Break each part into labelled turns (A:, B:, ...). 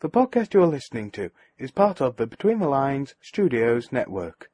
A: The podcast you are listening to is part of the Between the Lines Studios network.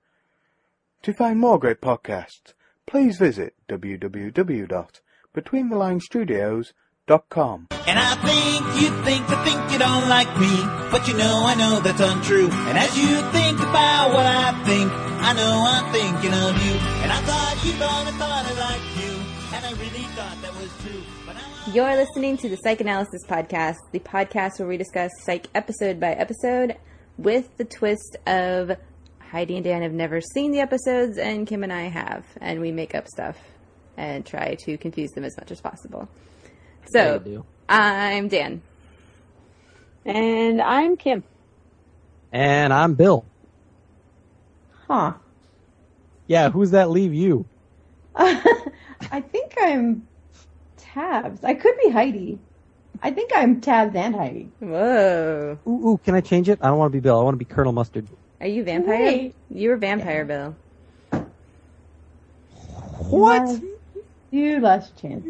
A: To find more great podcasts, please visit www.betweenthelines.studios.com.
B: And I think you think to think you don't like me, but you know I know that's untrue. And as you think about what I think, I know I'm thinking of you. And I thought you thought I thought I liked you, and I really thought that was true. But now I-
C: You're listening to the Psychanalysis Podcast, the podcast where we discuss psych episode by episode with the twist of Heidi and Dan have never seen the episodes, and Kim and I have, and we make up stuff and try to confuse them as much as possible.
D: Yeah,
C: So,
D: you do.
C: I'm Dan.
E: And I'm Kim.
D: And I'm Bill.
F: Huh.
D: Yeah, who's that leave you?
F: I think I'm Tabs. I could be Heidi. I think I'm Tabs and Heidi.
C: Whoa.
D: Ooh, ooh, can I change it? I don't want to be Bill. I want to be Colonel Mustard.
C: Are you vampire?
F: Wait.
C: You were vampire, Bill.
D: What?
F: You last chance.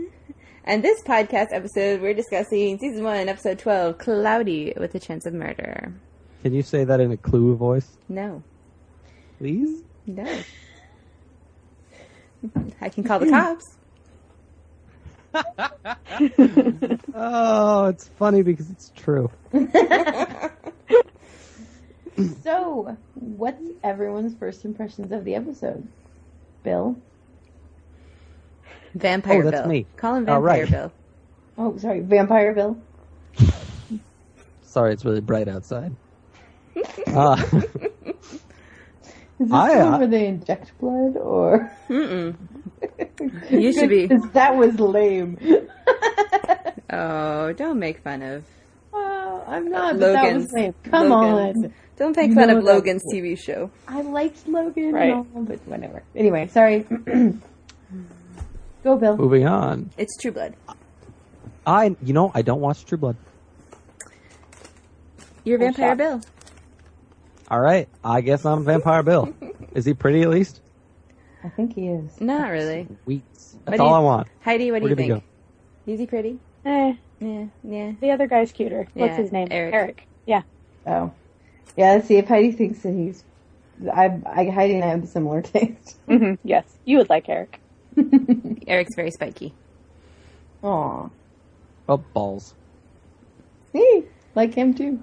C: And this podcast episode, we're discussing season one, episode 12, Cloudy with a Chance of Murder.
D: Can you say that in a clue voice,
C: No.
D: please?
C: No. I can call the cops.
D: Oh, it's funny because it's true.
F: So, what's everyone's first impressions of the episode? Bill?
C: Vampire
D: Oh, that's
C: Bill.
D: me.
C: Call him
D: All
C: Vampire
D: right.
C: Bill.
F: Oh, sorry, Vampire Bill.
D: Sorry, it's really bright outside. Uh,
F: Is this
D: I-
F: one
D: I-
F: where they inject blood or?
C: You should be.
F: 'Cause that was lame.
C: Oh, don't make fun of
F: Oh, I'm not. but that
C: Logan's.
F: was lame. Come
C: Logan's.
F: on.
C: Don't make fun
F: No,
C: of
F: that-
C: Logan's TV show.
F: I liked Logan,
E: Right.
F: and all, but whatever. Anyway, sorry. Go, Bill.
D: moving on.
C: It's True Blood.
D: I, you know, I don't watch True Blood.
C: You're Vampire
F: shocked.
C: Bill.
D: All right, I guess I'm Vampire Bill. Is he pretty at least?
F: I think he is.
C: Not really.
D: Weeks.
C: What
D: That's
C: do
D: all
C: you-
D: I want.
C: Heidi, what do
D: We're
C: you
D: good to
C: think? Is he pretty?
E: Eh,
C: Yeah, yeah.
E: the other guy's cuter.
C: Yeah,
E: What's his name?
C: Eric.
E: Yeah.
F: Oh, yeah. Let's see if Heidi thinks that he's. I, I Heidi and I have similar taste.
E: hmm Yes. You would like Eric.
C: Eric's very spiky.
F: Aw,
D: Oh, balls.
F: see, like him too.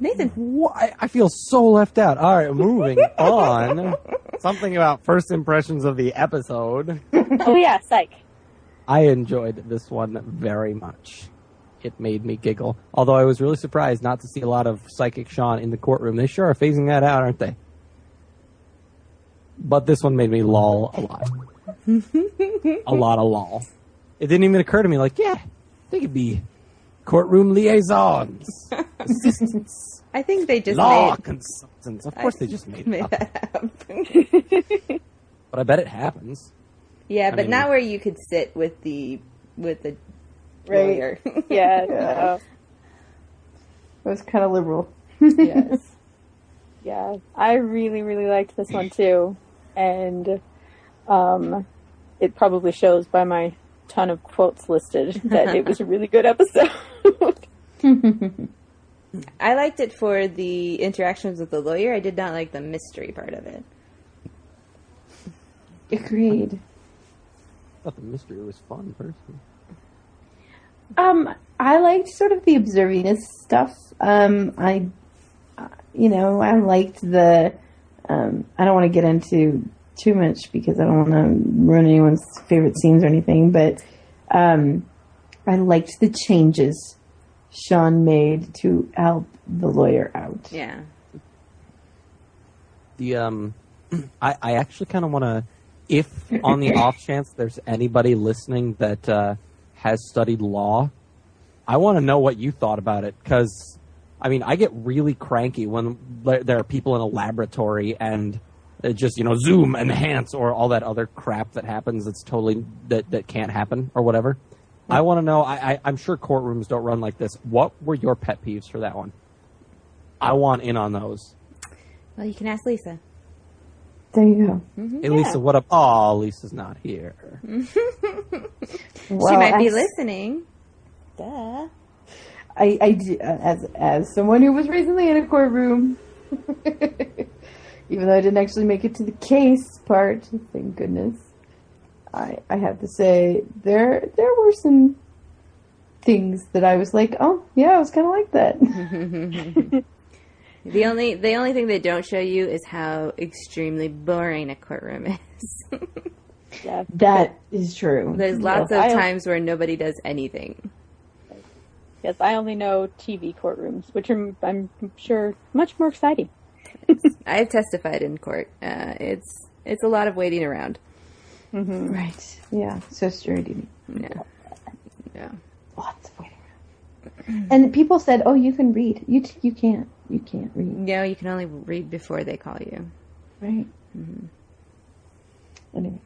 C: Nathan.
D: Wha I, I feel so left out. All right, moving on. Something about first impressions of the episode.
E: oh yeah, psych.
D: I enjoyed this one very much. It made me giggle. Although I was really surprised not to see a lot of Psychic Sean in the courtroom. They sure are phasing that out, aren't they? But this one made me lol a lot. a lot of lol. It didn't even occur to me, like, yeah, they could be courtroom liaisons,
C: I think they just
D: law
C: made,
D: consultants. Of course, they just made it
C: made
D: up.
C: that up.
D: But I bet it happens.
C: Yeah, but
D: mean-
C: not where you could sit with the with the
F: Right.
C: lawyer.
E: Yeah.
F: Yeah.
E: no.
F: It was kind of liberal.
C: yes.
E: Yeah. I really, really liked this one too, and um, it probably shows by my ton of quotes listed that it was a really good episode.
C: I liked it for the interactions with the lawyer. I did not like the mystery part of it.
F: Agreed.
D: I thought the mystery was fun, personally.
F: Um, I liked sort of the observingness stuff. Um, I, you know, I liked the. Um, I don't want to get into too much because I don't want to ruin anyone's favorite scenes or anything, but um, I liked the changes Sean made to help the lawyer out.
C: Yeah.
D: the um I, I actually kind of want to if on the off chance there's anybody listening that uh, has studied law i want to know what you thought about it because i mean i get really cranky when le- there are people in a laboratory and it just you know zoom enhance or all that other crap that happens that's totally that, that can't happen or whatever i want to know I, I i'm sure courtrooms don't run like this what were your pet peeves for that one i want in on those
C: Well, you can ask Lisa.
F: There you go.
D: Hey, Lisa, what up? Oh, Lisa's not here.
C: she
F: Well,
C: might be
F: I-
C: listening. Duh.
F: I, I do- uh, as as someone who was recently in a courtroom, even though I didn't actually make it to the case part, thank goodness. I I have to say there there were some things that I was like, oh yeah, I was kind of like that.
C: The only the only thing they don't show you is how extremely boring a courtroom is.
E: Yeah.
F: that is true.
C: There's lots of
E: I-
C: times where nobody does anything.
E: Yes, I only know TV courtrooms, which are, I'm sure, much more exciting.
C: I've testified in court. Uh, it's it's a lot of waiting around.
D: Mm-hmm.
F: right. Yeah, so strange.
C: Yeah. Yeah.
F: Lots of waiting
C: Mm-hmm.
F: around. and people said, oh, you can read. You t- you can't. You can't read.
C: No, you can only read before they call you. Mm-hmm.
F: Right. Anyway.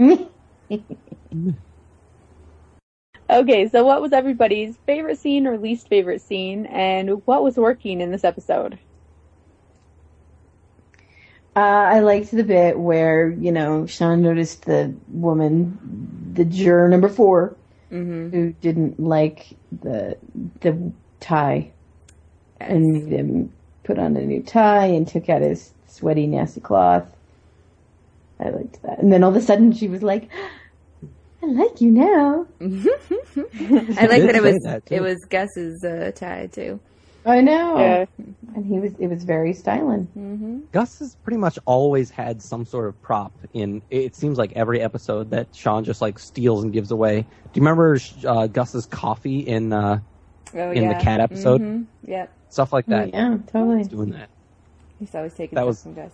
D: Mm.
E: Okay, so what was everybody's favorite scene or least favorite scene, and what was working in this episode?
F: Uh, I liked the bit where you know Sean noticed the woman, the juror number 4 who didn't like the the tie, and made him put on a new tie and took out his sweaty, nasty cloth. I liked that, and then all of a sudden she was like, "I like you now."
C: I like
D: did
C: that it
D: say
C: was
D: that, too.
C: it was Gus's uh, tie too.
F: I know,
E: Yeah.
F: and he was it was very styling.
D: Gus has pretty much always had some sort of prop in. It seems like every episode that Sean just like steals and gives away. Do you remember uh, Gus's coffee in uh,
C: Oh,
D: in the cat episode?
C: Yep.
D: Stuff like that.
F: Yeah, totally.
D: Doing that.
C: He's always taking
D: That
C: stuff
D: was-
C: from Gus.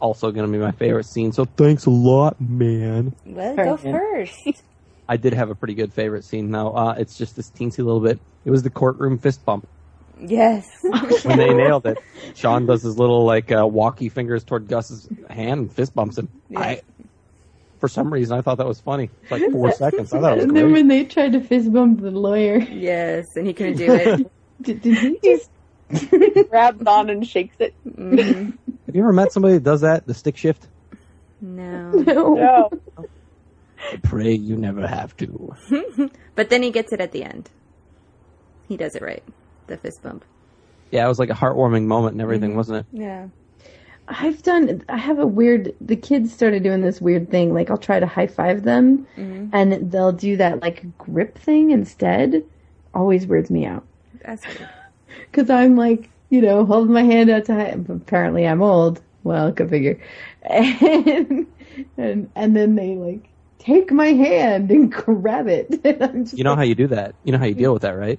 D: Also going to be my favorite scene. So thanks a lot, man.
C: Well,
F: Very
C: go
F: good.
C: first.
D: I did have a pretty good favorite scene though. Uh, it's just this teensy little bit. It was the courtroom fist bump
C: yes.
D: when they nailed it. Sean does his little like uh, walkie fingers toward Gus's hand and fist bumps him. I, for some reason, I thought that was funny. It's like four seconds. I thought it was
F: And then
D: great.
F: when they tried to fist bump the lawyer,
C: yes, and he couldn't do it.
F: did, did he just
E: Grabs on and shakes it.
D: Have you ever met somebody that does that? The stick shift.
C: No.
E: No.
D: I pray you never have to.
C: But then he gets it at the end. He does it right. The fist bump.
D: Yeah, it was like a heartwarming moment and everything, wasn't it?
C: Yeah.
F: I've done. I have a weird. The kids started doing this weird thing. Like I'll try to high five them, and they'll do that like grip thing instead. Always weirds me out
C: That's weird.
F: because I'm like, you know, holding my hand out to high. Apparently, I'm old. Well, go figure. And and, and then they like take my hand and grab it. And I'm just
D: You know
F: like,
D: how you do that. You know how you deal with that, right?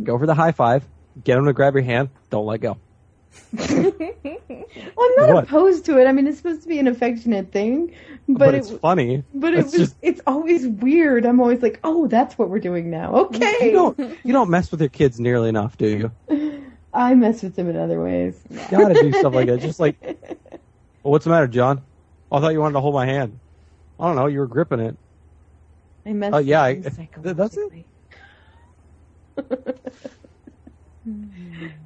D: Go for the high five. Get them to grab your hand. Don't let go.
F: well, I'm not
D: What?
F: opposed to it. I mean, it's supposed to be an affectionate thing, but,
D: But,
F: it
D: it's funny.
F: But it
D: it's
F: was,
D: just
F: it's always weird. I'm always like, oh, that's what we're doing now. Okay.
D: you don't you don't mess with your kids nearly enough, do you?
F: I mess with them in other ways.
D: You gotta do stuff like that. Just like, well, what's the matter, John? I thought you wanted to hold my hand. I don't know. You were gripping it.
F: I mess
D: Oh, yeah,
F: with them
D: I- th- that's it?
F: psychologically.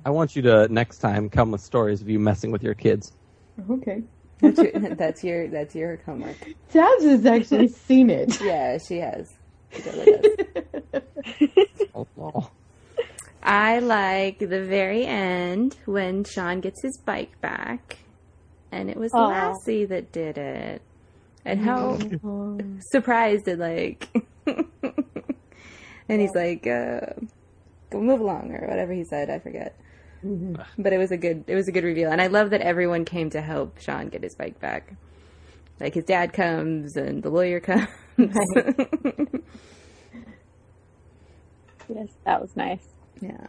D: I want you to next time come with stories of you messing with your kids.
F: Okay.
C: That's your, that's your that's your homework.
F: Tabs has actually seen it.
C: Yeah, she has. She totally does.
D: Oh, oh.
C: I like the very end when Sean gets his bike back, and it was
E: Aw.
C: Lassie that did it. And how surprised and like, and he's like, uh, "Go move along" or whatever he said. I forget. But it was a good it was a good reveal, and I love that everyone came to help Sean get his bike back. Like his dad comes and the lawyer comes.
E: Yes, that was nice.
C: yeah.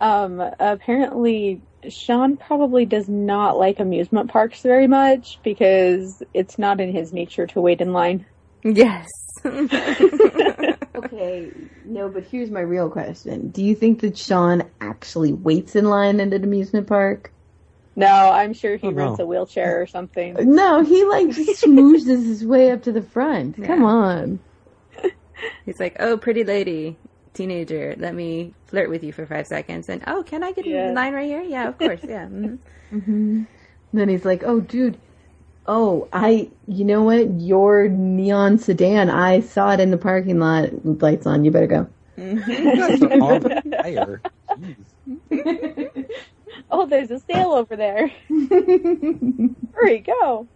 E: Um, apparently, Sean probably does not like amusement parks very much because it's not in his nature to wait in line.
C: Yes.
F: Okay. No, but here's my real question. Do you think that Sean actually waits in line at an amusement park?
E: No, I'm sure he
D: Oh, no.
E: rents a wheelchair or something.
F: No, he like smoozes his way up to the front. Come on.
C: He's like, "Oh, pretty lady, teenager, let me flirt with you for five seconds." And oh, can I get in
E: Yeah.
C: mm-hmm. line right here? Yeah, of course. Yeah. mhm."
F: And then he's like, oh, dude, Oh, I, you know what? Your neon sedan, I saw it in the parking lot with lights on. You better go.
D: You guys are on fire. Jeez.
E: Oh, there's a sale over there. Hurry, go.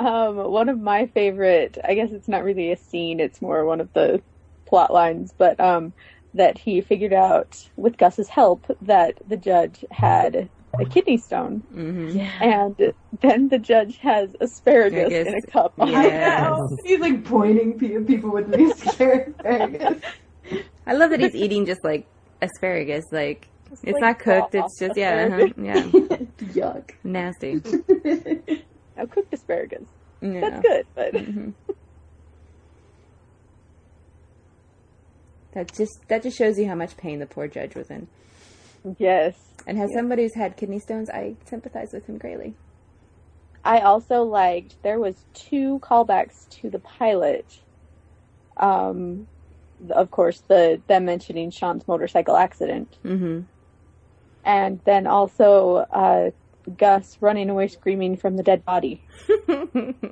E: um, one of my favorite, I guess it's not really a scene, it's more one of the plot lines, but um, that he figured out with Gus's help that the judge had a kidney stone.
C: Mm-hmm.
F: Yeah.
E: And then the judge has asparagus
C: Asparagus.
E: in a cup.
C: Oh, Yes.
F: He's like pointing pe- people with these characters.
C: I love that he's eating just like asparagus. Like
E: Just,
C: it's not
E: like,
C: cooked.
E: raw
C: It's just yeah, uh-huh,
E: asparagus.
C: yeah,
F: Yuck.
C: nasty.
E: Now cooked asparagus.
C: uh-huh. Yeah. Mm-hmm.
E: That's good, but
C: That just that just shows you how much pain the poor judge was in.
E: yes.
C: And as somebody who's had kidney stones, I sympathize with him greatly.
E: I also liked there was two callbacks to the pilot. Um, th- of course, the them mentioning Sean's motorcycle accident,
C: Mm-hmm.
E: and then also uh, Gus running away screaming from the dead body when he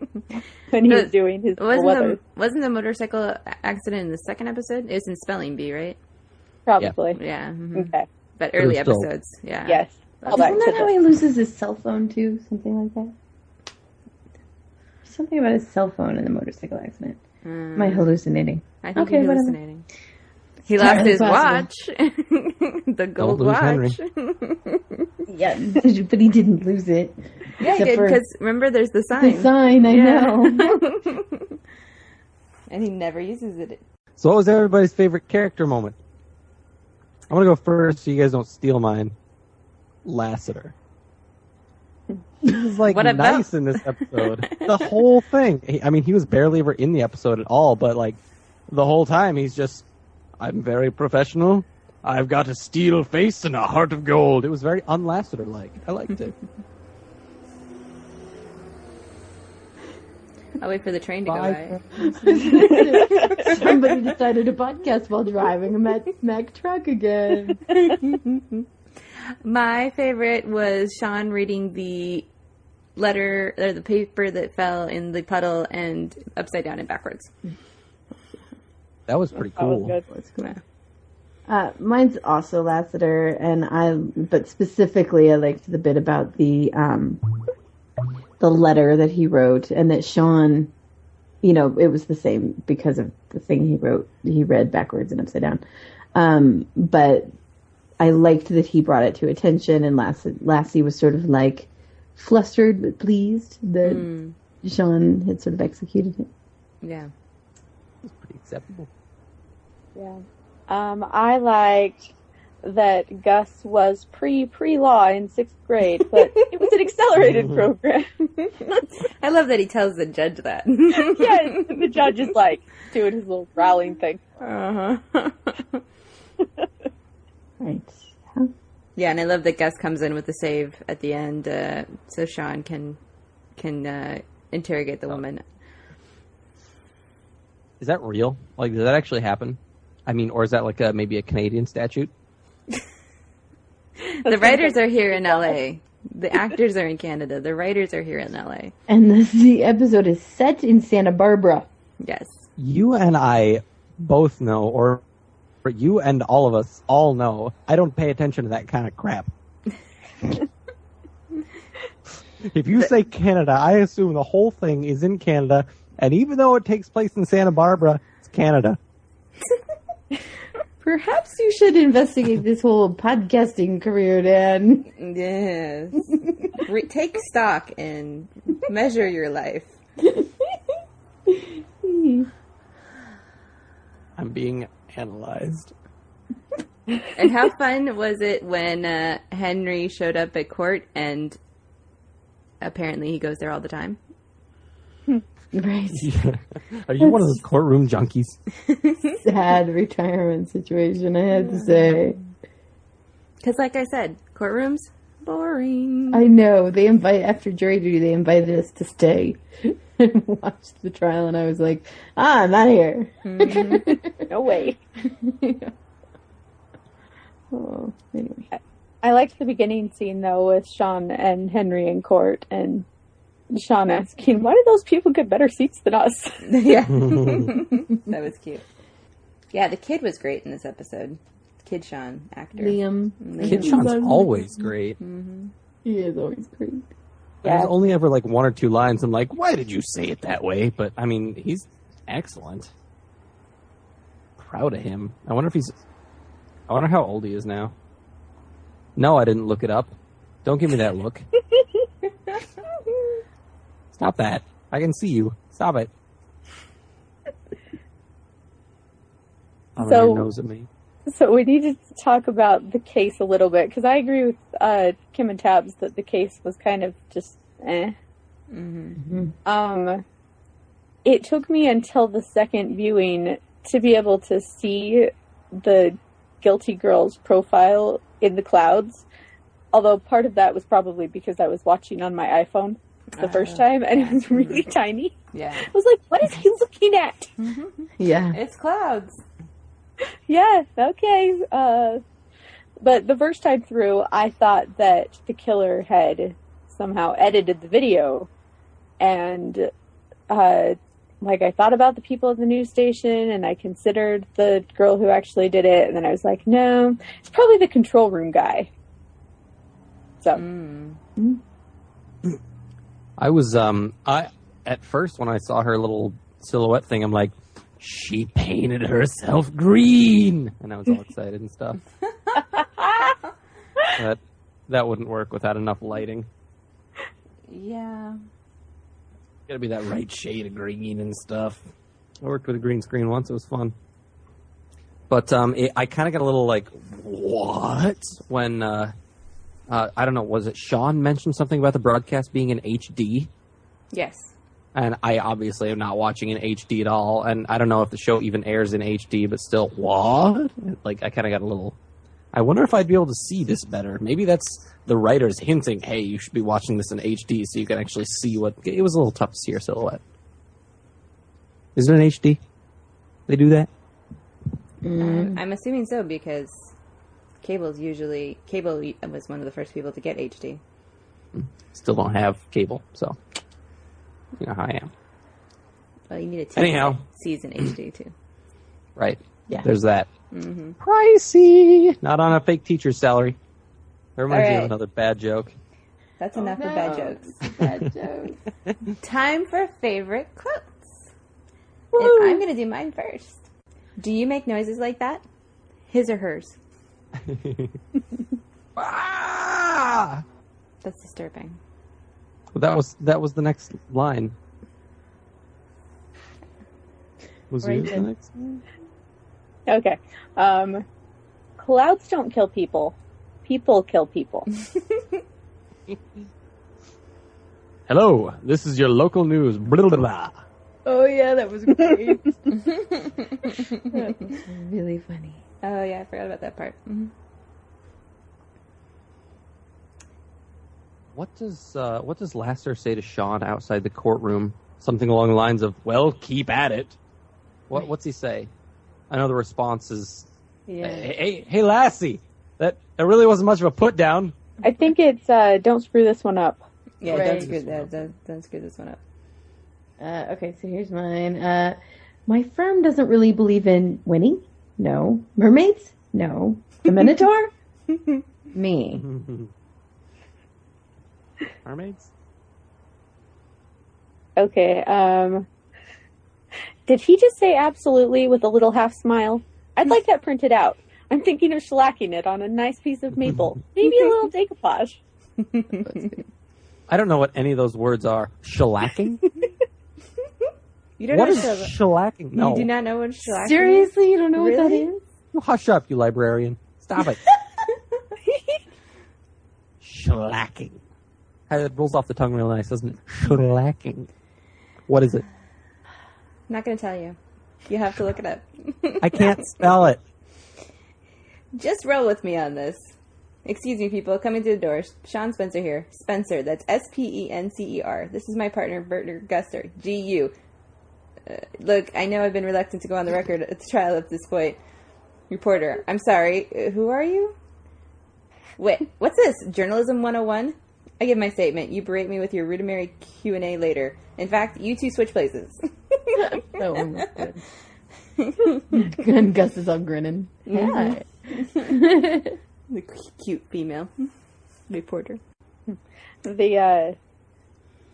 C: The-
E: was doing his
C: Wasn't
E: weather,
C: the, wasn't the motorcycle a- accident in the second episode? It was in Spelling Bee, right?
E: probably. Mm-hmm.
C: Yeah, hmm
E: Okay.
C: but early
D: still-
C: episodes. Yeah.
E: Yes.
C: That's-
E: Callback
F: Isn't
E: to
F: that how
E: the,
F: he loses his cell phone too? Something like that. Something about his cell phone in the motorcycle accident.
C: Mm,
F: Am I hallucinating?
C: I think
F: Okay,
C: he's
F: whatever.
C: hallucinating. He lost his watch,
F: Possible.
C: the gold
D: lose Henry.
C: watch.
F: Yeah, but he didn't lose it.
C: yeah, he
F: Except
C: did
F: for-
C: because remember, there's the sign.
F: The sign, I
C: Yeah.
F: know.
C: and he never uses it.
D: So, what was everybody's favorite character moment? I'm gonna go first, so you guys don't steal mine. Lassiter. He was like
C: What about-
D: nice in this episode. the whole thing. He- I mean, he was barely ever in the episode at all, but like the whole time, he's just, I'm very professional. I've got a steel face and a heart of gold. It was very unlassiter like. I liked it.
C: I'll wait for the train to go
D: Bye.
C: by.
F: Somebody decided to podcast while driving a Mac, Mac truck again.
C: My favorite was Sean reading the letter or the paper that fell in the puddle and upside down and backwards.
D: That was pretty
E: that was
D: cool.
E: good.
F: Uh, mine's also Lassiter, and I, but specifically, I liked the bit about the um, the letter that he wrote, and that Sean, you know, it was the same because of the thing he wrote, he read backwards and upside down. Um, but I liked that he brought it to attention, and Lass- Lassie was sort of like flustered but pleased that Sean had sort of executed it.
C: Yeah.
D: Pretty acceptable.
E: Yeah. Um, I liked that Gus was pre pre law in sixth grade, but it was an accelerated program.
C: I love that he tells the judge that.
E: yeah, and the judge is like doing his little growling thing.
C: Uh-huh.
F: Right.
C: yeah, and I love that Gus comes in with the save at the end uh, so Sean can can uh, interrogate the woman.
D: Is that real? Like, did that actually happen? I mean, or is that like a, maybe a Canadian statute?
C: The writers are here in LA. The actors are in Canada. The writers are here in LA.
F: And the, the episode is set in Santa Barbara.
C: Yes.
D: you and I both know, or or you and all of us all know, I don't pay attention to that kind of crap. if you say Canada, I assume the whole thing is in Canada, and even though it takes place in Santa Barbara, it's Canada.
F: Perhaps you should investigate this whole podcasting career, Dan.
C: Yes. Re- take stock and measure your life.
D: I'm being analyzed.
C: And how fun was it when uh, Henry showed up at court and apparently he goes there all the time?
F: Right.
D: Are you one of those courtroom junkies?
F: Sad retirement situation, I had to say.
C: Because, like I said, courtrooms, boring.
F: I know. They invite, after jury duty, they invited us to stay and watch the trial, and I was like, ah, I'm out of here.
E: no way.
F: Oh, anyway.
E: I liked the beginning scene though with Sean and Henry in court, and Sean asking, why did those people get better seats than us?
C: yeah. that was cute. Yeah, the kid was great in this episode. Kid Sean, actor.
F: Liam.
D: Kid Sean's always great.
F: He is always great.
D: There's only ever like one or two lines. I'm like, why did you say it that way? But I mean, he's excellent. Proud of him. I wonder if he's. I wonder how old he is now. No, I didn't look it up. Don't give me that look. Stop that. I can see you. Stop it. Oh,
E: So-
D: your nose at me.
E: So we need to talk about the case a little bit because I agree with uh, Kim and Tabs that the case was kind of just eh. Um, it took me until the second viewing to be able to see the guilty girl's profile in the clouds. Although part of that was probably because I was watching on my iPhone the first time and it was really tiny.
C: Yeah.
E: I was like, "What is he looking at?"
F: Yeah.
C: It's clouds.
E: Yeah, okay. Uh, but the first time through, I thought that the killer had somehow edited the video. And, uh, like, I thought about the people at the news station and I considered the girl who actually did it. And then I was like, no, it's probably the control room guy. So,
D: I was um I at first when I saw her little silhouette thing, I'm like, she painted herself green, and I was all excited and stuff. but that wouldn't work without enough lighting.
C: Yeah.
D: Gotta be that right shade of green and stuff. I worked with a green screen once; it was fun. But um, it, I kind of got a little like, what when uh, uh, I don't know, was it Sean mentioned something about the broadcast being in HD?
C: Yes.
D: and I obviously am not watching in HD at all. And I don't know if the show even airs in HD, but still, what? Like, I kind of got a little. I wonder if I'd be able to see this better. Maybe that's the writers hinting, hey, you should be watching this in HD so you can actually see what. It was a little tough to see her silhouette. Is it in HD? They do that?
C: I'm assuming so because cable's usually cable was one of the first people to get HD.
D: Still don't have cable, so. You know how I am.
C: Well, you need a TV
D: Anyhow.
C: that sees in HD too.
D: Right.
F: Yeah.
D: There's that. Pricey. Not on a fake teacher's salary. That reminds me
C: right.
D: of another bad joke.
C: That's enough for bad jokes.
F: Bad jokes.
C: Time for favorite quotes. And I'm going to do mine first. Do you make noises like that? His or hers?
D: Ah!
C: That's disturbing.
D: That was that was the next line. Was
F: Right
D: yours the
F: there.
D: next?
E: okay. Um, clouds don't kill people, people kill people.
D: Hello, this is your local news. Blah, blah, blah.
F: Oh yeah, that was great.
C: Really funny. Oh, yeah, I forgot about that part. Mhm.
D: What does uh, what does Lasser say to Sean outside the courtroom? Something along the lines of, "Well, keep at it." What what's he say? I know the response is,
F: yeah.
D: "Hey, hey, hey, Lassie, that that really wasn't much of a put down."
E: I think it's uh, don't screw this one up.
C: Yeah,
F: Right.
C: don't, screw that, don't, don't screw this one up.
F: Uh, okay, so here's mine. Uh, my firm doesn't really believe in winning. No. Mermaids? No. The Minotaur? Me.
D: Mermaids.
E: Okay. Um, did he just say absolutely with a little half smile? I'd like that printed out. I'm thinking of shellacking it on a nice piece of maple, maybe a little decoupage.
D: I don't know what any of those words are. Shellacking.
C: You don't
D: what
C: know
D: is
C: shellac-
D: shellacking? No.
C: You do not know what shellac is?
F: Seriously, you don't know what that
C: Really?
F: is?
D: You hush up, you librarian. Stop it. Shellacking. Hey, It rolls off the tongue real nice, doesn't it? Shellacking. What is it?
C: Not going to tell you. You have to look it up.
D: I can't spell it.
C: Just roll with me on this. Excuse me, people. Coming through the door. Sean Spencer here. Spencer. That's S P E N C E R. This is my partner, Bertner Guster. G U. Uh, look, I know I've been reluctant to go on the record at the trial up to this point. Reporter. I'm sorry. Uh, who are you? Wait, what's this? Journalism 101? I give my statement. You berate me with your rudimentary Q and A later. In fact, you two switch places.
G: That one was good. and Gus is all grinning. Yeah.
C: the c- cute female reporter.
E: The uh,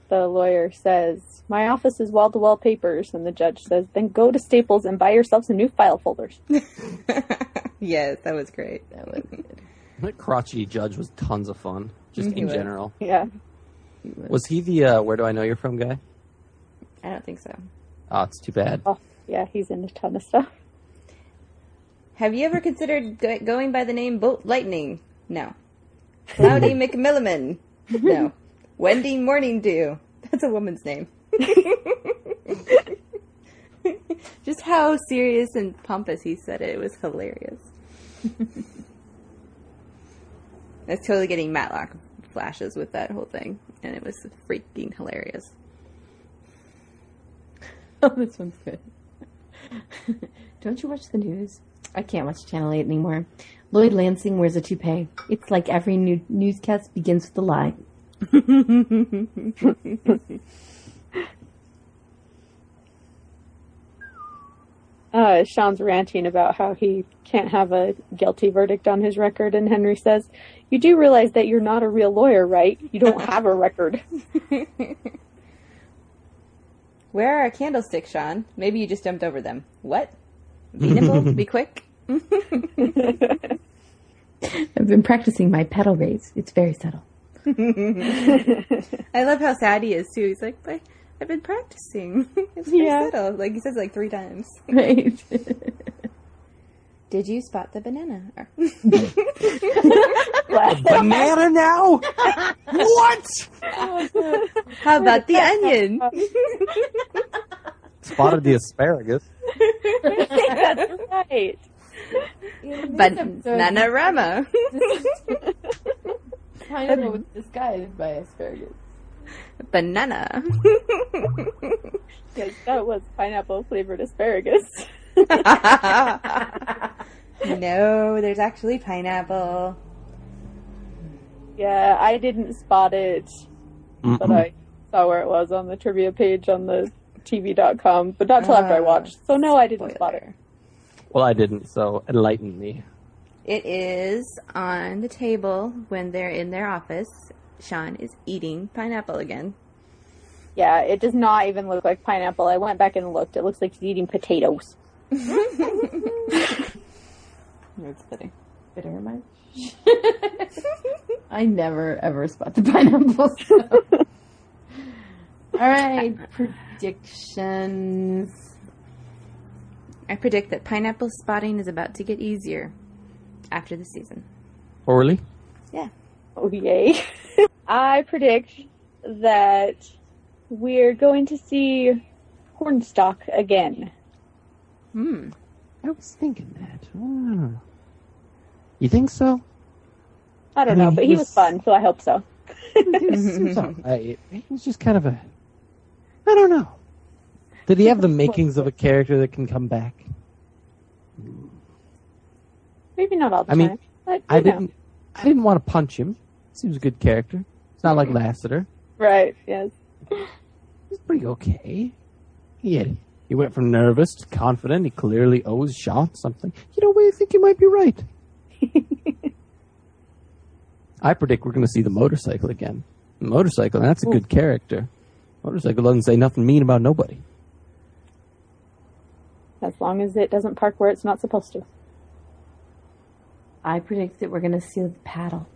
E: the lawyer says, "My office is wall to wall papers," and the judge says, "Then go to Staples and buy yourself some new file folders."
C: Yes, that was great.
G: That was good.
D: That crotchety judge was tons of fun, just
C: Mm-hmm. He
D: in
C: was.
D: general.
E: yeah,
G: He was.
D: Was he the uh, "Where do I know you're from" guy?
C: I don't think so.
D: Oh, it's too bad.
E: oh, yeah, he's in a ton of stuff.
C: Have you ever considered go- going by the name Bolt Lightning? No. Cloudy McMilliman? No. Wendy Morning Dew? That's a woman's name. Just how serious and pompous he said it, it was hilarious. I was totally getting Matlock flashes with that whole thing, and it was freaking hilarious.
G: Oh, this one's good. Don't you watch the news? I can't watch Channel 8 anymore. Lloyd Lansing wears a toupee. It's like every new- newscast begins with a lie.
E: Uh, Sean's ranting about how he can't have a guilty verdict on his record, and Henry says, "You do realize that you're not a real lawyer, right? You don't have a record."
C: Where are our candlesticks, Sean? Maybe you just jumped over them. What? Be nimble, be quick.
G: I've been practicing my pedal raise. It's very subtle.
C: I love how sad he is too. He's like, but I've been practicing. It's pretty
E: Yeah.
C: subtle. Like he says it, like three times.
G: Right?
C: Did you spot the banana? Or-
D: Banana now? what?
C: How about the onion?
D: Spotted the asparagus.
E: That's right.
C: Banana rama.
G: Pineapple was disguised by asparagus.
C: banana.
E: Yes, that was pineapple flavored asparagus.
C: no, there's actually pineapple.
E: Yeah, I didn't spot it, but I saw where it was on the trivia page on the TV.com, but not till after I
C: Ah,
E: watched. So no, I didn't spot it.
C: Spoiler.
D: Well, I didn't, so enlighten me.
C: It is on the table when they're in their office. Sean is eating pineapple again.
E: Yeah, it does not even look like pineapple. I went back and looked. It looks like he's eating potatoes.
C: That's funny.
G: Bitter much? I never ever spot the pineapples. All right, predictions.
C: I predict that pineapple spotting is about to get easier after the season.
D: Orly?
C: Yeah.
E: Oh yay! I predict that we're going to see Hornstock again.
C: Hmm.
D: I was thinking that. Ah. You think so?
E: I don't know, but he was fun, so I hope so.
D: He was, he was all right. He was just kind of a. I don't know. Did he have the makings of a character that can come back?
E: Maybe not all the
D: I mean,
E: time. But,
D: I
E: you know.
D: didn't. I didn't want to punch him. Seems a good character. It's not like Lassiter.
E: Right? Yes.
D: He's pretty okay. He had, he went from nervous to confident. He clearly owes Shaw something. You know what? I think you might be right. I predict we're going to see the motorcycle again. The motorcycle, and that's a good character. Motorcycle doesn't say nothing mean about nobody.
E: As long as it doesn't park where it's not supposed to.
G: I predict that we're going to see the paddle.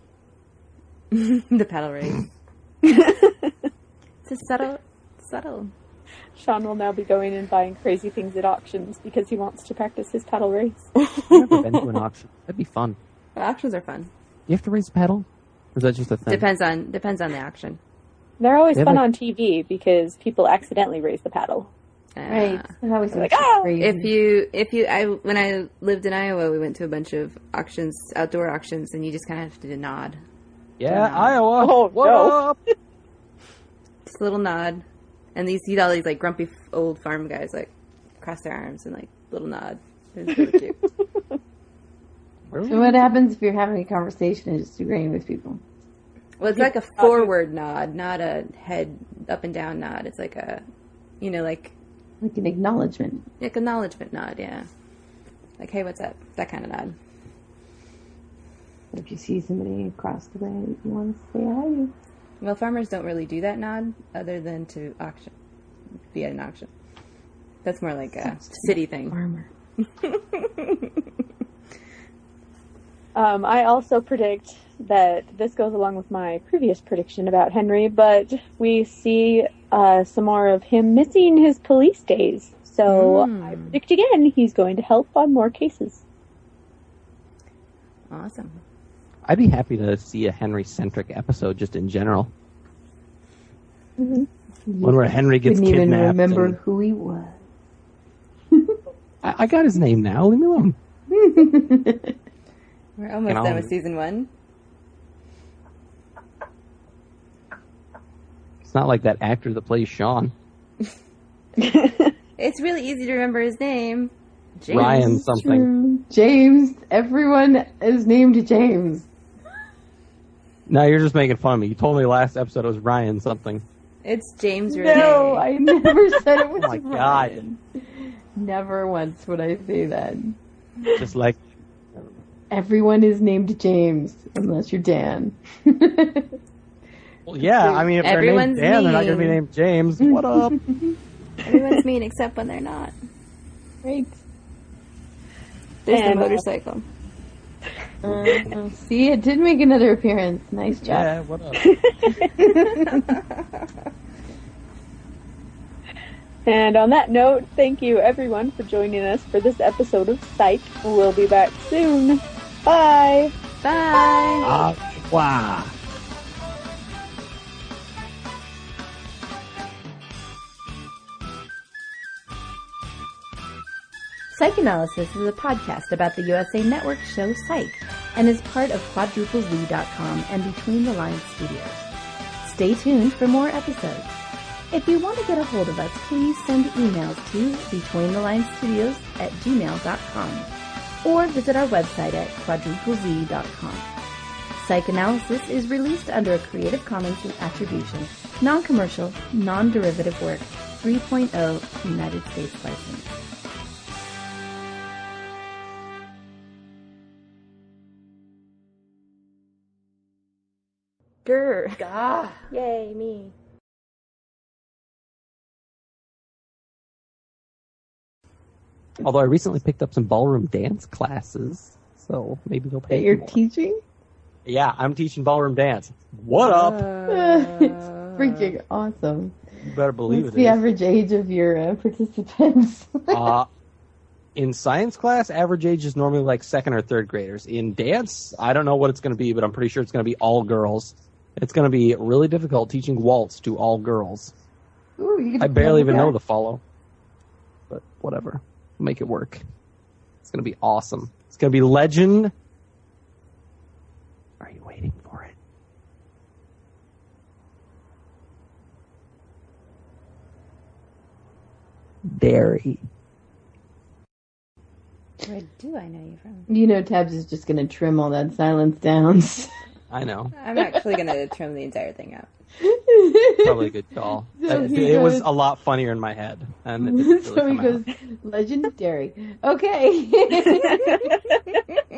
C: the paddle race. it's a subtle, subtle.
E: Sean will now be going and buying crazy things at auctions because he wants to practice his paddle race.
D: I've never been to an auction. That'd be fun.
C: Well, auctions are fun.
D: You have to raise a paddle, or is that just a thing?
C: Depends on depends on the auction.
E: They're always
D: They have,
E: fun
D: like-
E: on TV because people accidentally raise the paddle.
C: Uh,
G: Right. That always
E: Like,
G: looks
E: ah,
G: crazy.
C: If you if you I when I lived in Iowa, we went to a bunch of auctions, outdoor auctions, and you just kind of have to nod,
D: Yeah, Iowa.
E: Oh,
D: what
E: no.
D: up?
C: just a little nod, and you see all these like grumpy f- old farm guys like cross their arms and like little nod. It was really cute.
G: so what happens if you're having a conversation and just agreeing with people?
C: Well, it's like a forward nod, not a head up and down nod. It's like a, you know, like
G: like an acknowledgement.
C: like acknowledgement nod. Yeah, like hey, what's up? That kind of nod.
G: If you see somebody across the way, you want to say hi.
C: Well, farmers don't really do that nod other than to auction, be at an auction. That's more like a city thing.
G: Farmer.
E: Um, I also predict that this goes along with my previous prediction about Henry, but we see uh, some more of him missing his police days. So I predict again he's going to help on more cases.
C: Awesome.
D: I'd be happy to see a Henry centric episode just in general. One where Henry gets
G: Mm-hmm. Couldn't
D: kidnapped.
G: even remember
D: and-
G: who he was.
D: I, I got his name now. Leave me alone.
C: We're almost
D: And I'll-
C: done with season one.
D: It's not like that actor that plays Sean.
C: It's really easy to remember his name. James.
D: Ryan something.
F: James. Everyone is named James.
D: No, you're just making fun of me. You told me last episode it was Ryan something.
C: It's James Renee.
F: No, I never said it was
D: Oh my
F: Ryan. Never once would I say that.
D: Just like
F: Everyone is named James unless you're Dan.
D: Well, yeah, I mean, if
C: Everyone's
D: they're named Dan, they're not going to be
C: mean.
D: named James. What up?
C: Everyone's mean except when they're not.
F: Right.
C: There's the
E: And-
C: motorcycle.
F: Uh, see, it did make another appearance. Nice job.
D: yeah, what up?
E: And on that note, thank you everyone for joining us for this episode of Psych. We'll be back soon. Bye!
C: Bye.
D: Ah, wow.
G: Psychanalysis is a podcast about the USA Network show Psych and is part of quadruplezoo.com and Between the Lines Studios. Stay tuned for more episodes. If you want to get a hold of us, please send emails to betweenthelines at gmail.com or visit our website at quadruplez.com. Psychanalysis is released under a Creative Commons and Attribution, non-commercial, non-derivative work 3.0 United States license.
C: Grr.
G: Yay, me.
D: Although I recently picked up some ballroom dance classes, so maybe they'll
F: That
D: pay
F: you're
D: more.
F: teaching?
D: yeah, I'm teaching ballroom dance. What up?
F: it's freaking awesome.
D: You better believe
F: What's
D: it
F: the
D: is.
F: average age of your uh, participants?
D: uh, in science class, average age is normally like second or third graders. In dance, I don't know what it's going to be, but I'm pretty sure it's going to be all girls. It's going to be really difficult teaching waltz to all girls.
F: Ooh, you
D: I barely even know
F: the.
D: the follow. But whatever. Make it work. It's going to be awesome. It's going to be legend. Are you waiting for it? Dairy.
C: Where do I know you from?
F: You know, Tabs is just going to trim all that silence down.
D: I know.
C: I'm actually going to trim the entire thing out.
D: Probably a good call.
F: So
D: it,
F: he
D: it was
F: goes-
D: a lot funnier in my head. And it didn't really
F: so he
D: come out.
F: goes, legendary. Okay.